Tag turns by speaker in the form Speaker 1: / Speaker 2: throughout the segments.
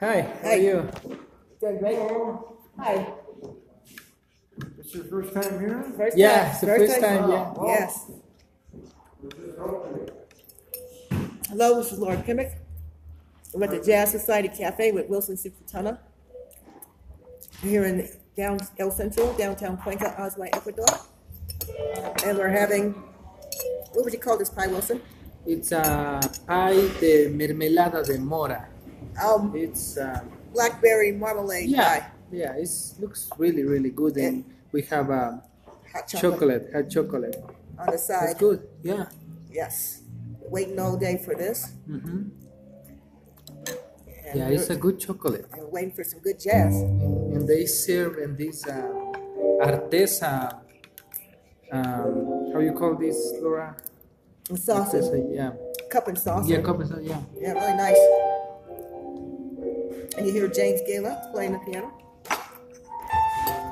Speaker 1: Hi, how are you?
Speaker 2: Doing great. Hi.
Speaker 3: It's your first time here?
Speaker 2: First
Speaker 1: Yeah,
Speaker 2: time-
Speaker 1: it's the first time, yeah.
Speaker 2: Oh, Yes. Hello, this is Lauren Kimmick. I'm at the Jazz Society Cafe with Wilson Sifutana. Here in down El Centro, downtown Cuenca, Oswego, Ecuador. And we're having, what would you call this pie, Wilson?
Speaker 1: It's a pie de mermelada de mora.
Speaker 2: Um,
Speaker 1: It's um,
Speaker 2: blackberry marmalade
Speaker 1: yeah,
Speaker 2: pie.
Speaker 1: yeah. It looks really, really good, and we have um,
Speaker 2: Hot chocolate
Speaker 1: chocolate, hot chocolate.
Speaker 2: on the
Speaker 1: It's
Speaker 2: side.
Speaker 1: good. Yeah.
Speaker 2: Yes. Waiting all day for this.
Speaker 1: hmm
Speaker 2: And
Speaker 1: Yeah, it's a good chocolate,
Speaker 2: and waiting for some good jazz.
Speaker 1: and they serve in this uh, artesa. Um, how you call this, Laura?
Speaker 2: And sausage,
Speaker 1: Artesa, yeah.
Speaker 2: cup and sausage.
Speaker 1: Yeah, cup and sauce, yeah.
Speaker 2: Yeah, really nice. And you hear James Gala playing the piano.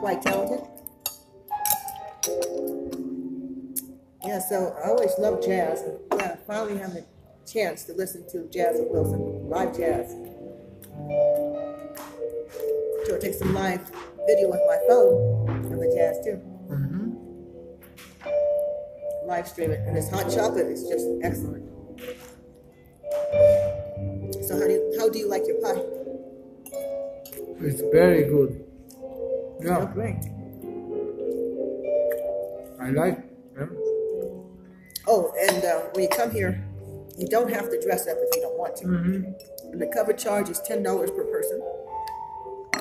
Speaker 2: Quite talented. Yeah, so I always loved jazz. Yeah, finally having a chance to listen to Jazz at Wilson, live jazz. So I take some live video with my phone of the jazz too.
Speaker 1: Mm-hmm.
Speaker 2: Live stream it, and this hot chocolate is just excellent. So how do you, how do you like your pie?
Speaker 1: It's very good.
Speaker 2: Oh, great.
Speaker 1: I like them.
Speaker 2: Oh, and uh, when you come here, you don't have to dress up if you don't want to. And the cover charge is ten dollars per person.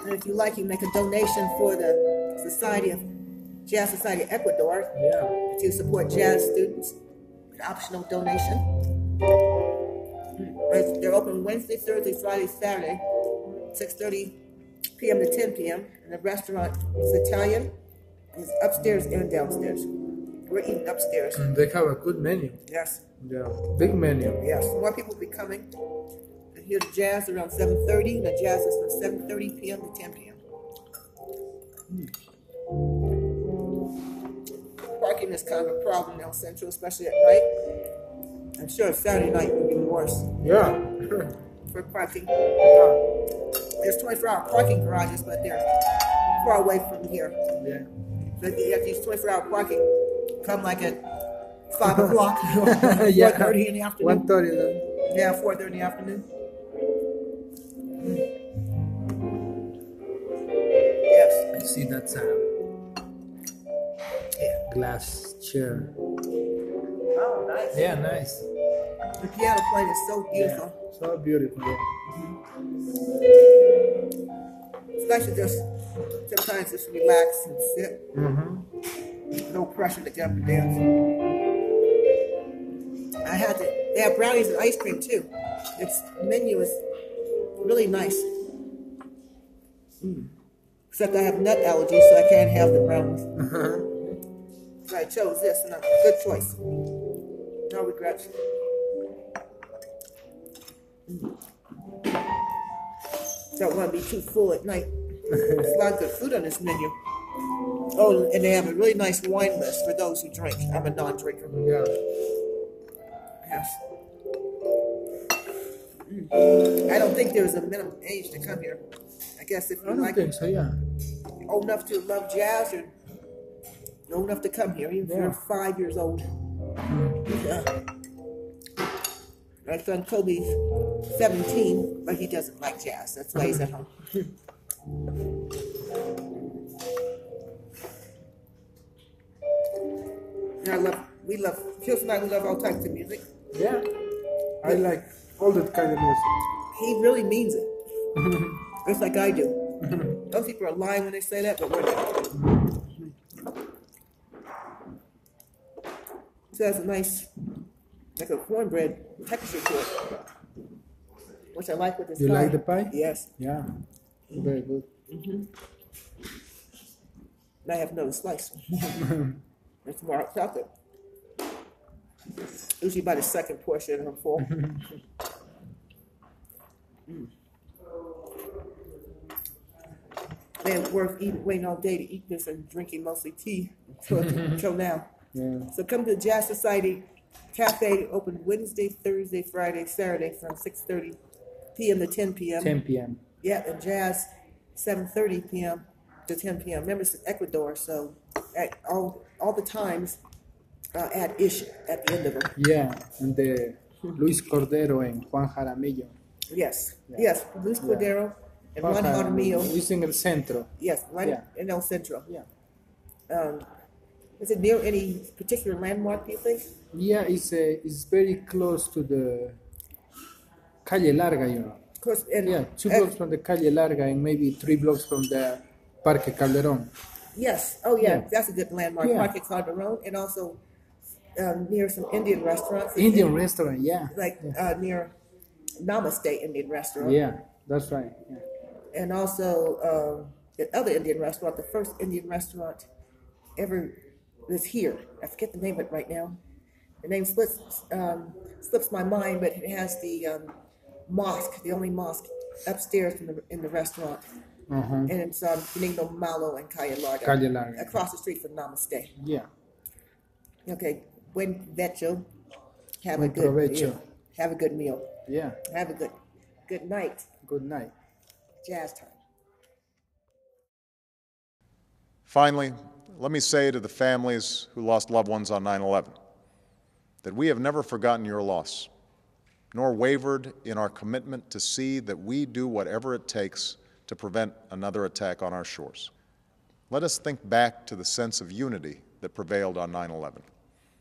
Speaker 2: And if you like, you make a donation for the Society of Jazz Society of Ecuador
Speaker 1: Yeah.
Speaker 2: to support jazz students. An optional donation. It's- They're open Wednesday, Thursday, Friday, Saturday, six thirty p.m. to ten p.m. And the restaurant is Italian. It's upstairs and downstairs. We're eating upstairs.
Speaker 1: And they have a good menu.
Speaker 2: Yes.
Speaker 1: Yeah. Big menu.
Speaker 2: Yes, more people will be coming. I hear the jazz around seven thirty, and the jazz is from seven thirty PM to ten Hmm. PM. Parking is kind of a problem now, Central, especially at night. I'm sure Saturday night will be worse
Speaker 1: Yeah.
Speaker 2: for parking.
Speaker 1: yeah.
Speaker 2: There's twenty-four hour parking garages, but they're far away from here.
Speaker 1: Yeah.
Speaker 2: So if you have these twenty-four hour parking, come like at five o'clock, four
Speaker 1: Yeah.
Speaker 2: thirty in the afternoon.
Speaker 1: One thirty then.
Speaker 2: Yeah, four thirty in the afternoon. Yes.
Speaker 1: I see that's a
Speaker 2: Yeah.
Speaker 1: glass chair.
Speaker 2: Oh, nice.
Speaker 1: Yeah, nice.
Speaker 2: The piano playing is so beautiful,
Speaker 1: Yeah. So beautiful. yeah.
Speaker 2: especially just sometimes just relax and sit. No pressure to get up and dance. I had to. They have brownies and ice cream too. Its menu is really nice. Mm. Except I have nut allergies, so I can't have the brownies. So I chose this, and a good choice. No regrets. Mm. Don't want to be too full at night. There's a lot of good food on this menu. Oh, and they have a really nice wine list for those who drink. I'm a non-drinker.
Speaker 1: yeah.
Speaker 2: Yes. Mm. I don't think there's a minimum age to come here. I guess if
Speaker 1: I
Speaker 2: you
Speaker 1: don't
Speaker 2: like
Speaker 1: think so. Yeah.
Speaker 2: old enough to love jazz or old enough to come here, even if
Speaker 1: Yeah.
Speaker 2: you're five years old. Yeah. My son Kobe's 17, but he doesn't like jazz. That's why he's at home. and I love, we love, Kills and I, we love all types of music.
Speaker 1: Yeah. I like all that kind of music.
Speaker 2: He really means it. Just like I do. Those people are lying when they say that, but we're not. So that's a nice, like a cornbread texture to it, which I like with this
Speaker 1: You
Speaker 2: pie.
Speaker 1: like the pie?
Speaker 2: Yes.
Speaker 1: Yeah. Very good.
Speaker 2: And I have another slice. It's more hot chocolate. Usually by the second portion, and I'm full. Mm. Man, worth eating, waiting all day to eat this and drinking mostly tea until, until now.
Speaker 1: Yeah.
Speaker 2: So come to the Jazz Society Cafe, open Wednesday, Thursday, Friday, Saturday from 6.30 PM to ten PM.
Speaker 1: 10 p.m.
Speaker 2: Yeah, and jazz, seven thirty PM to ten PM. Remember, it's in Ecuador, so at all, all the times, uh, at ish, at the end of them.
Speaker 1: Yeah, and the Luis Cordero and Juan Jaramillo.
Speaker 2: Yes, yes, Luis
Speaker 1: Yeah.
Speaker 2: Cordero and
Speaker 1: Juan
Speaker 2: Juan Jaramillo,
Speaker 1: Luis en el centro.
Speaker 2: yes, right
Speaker 1: Yeah.
Speaker 2: in El Centro.
Speaker 1: Yeah.
Speaker 2: Um, is it near any particular landmark, do you think?
Speaker 1: Yeah, it's, uh, it's very close to the Calle Larga, you know.
Speaker 2: Of course, and.
Speaker 1: Yeah, two
Speaker 2: and-
Speaker 1: blocks from the Calle Larga and maybe three blocks from the Parque Calderón.
Speaker 2: Yes, oh yeah,
Speaker 1: Yeah.
Speaker 2: that's a good landmark,
Speaker 1: Yeah.
Speaker 2: Parque Calderon, and also, um, near some Indian restaurants.
Speaker 1: Indian restaurant, yeah.
Speaker 2: Like,
Speaker 1: yeah,
Speaker 2: uh, near Namaste Indian Restaurant.
Speaker 1: Yeah, that's right. Yeah.
Speaker 2: and also um, the other Indian restaurant, the first Indian restaurant ever that's here. I forget the name of it right now. The name slips um, slips my mind, but it has the um, mosque, the only mosque upstairs in the in the restaurant,
Speaker 1: Uh-huh.
Speaker 2: and it's um, Benigno Malo and Calle Larga,
Speaker 1: Calle Larga.
Speaker 2: across the street from Namaste.
Speaker 1: Yeah.
Speaker 2: Okay, when that you have a
Speaker 1: Buen
Speaker 2: good
Speaker 1: provecho.
Speaker 2: meal. have a good meal,
Speaker 1: Yeah.
Speaker 2: have a good good night,
Speaker 1: Good night.
Speaker 2: jazz time.
Speaker 4: Finally, let me say to the families who lost loved ones on 9 11 that we have never forgotten your loss, nor wavered in our commitment to see that we do whatever it takes to prevent another attack on our shores. Let us think back to the sense of unity that prevailed on 9 11.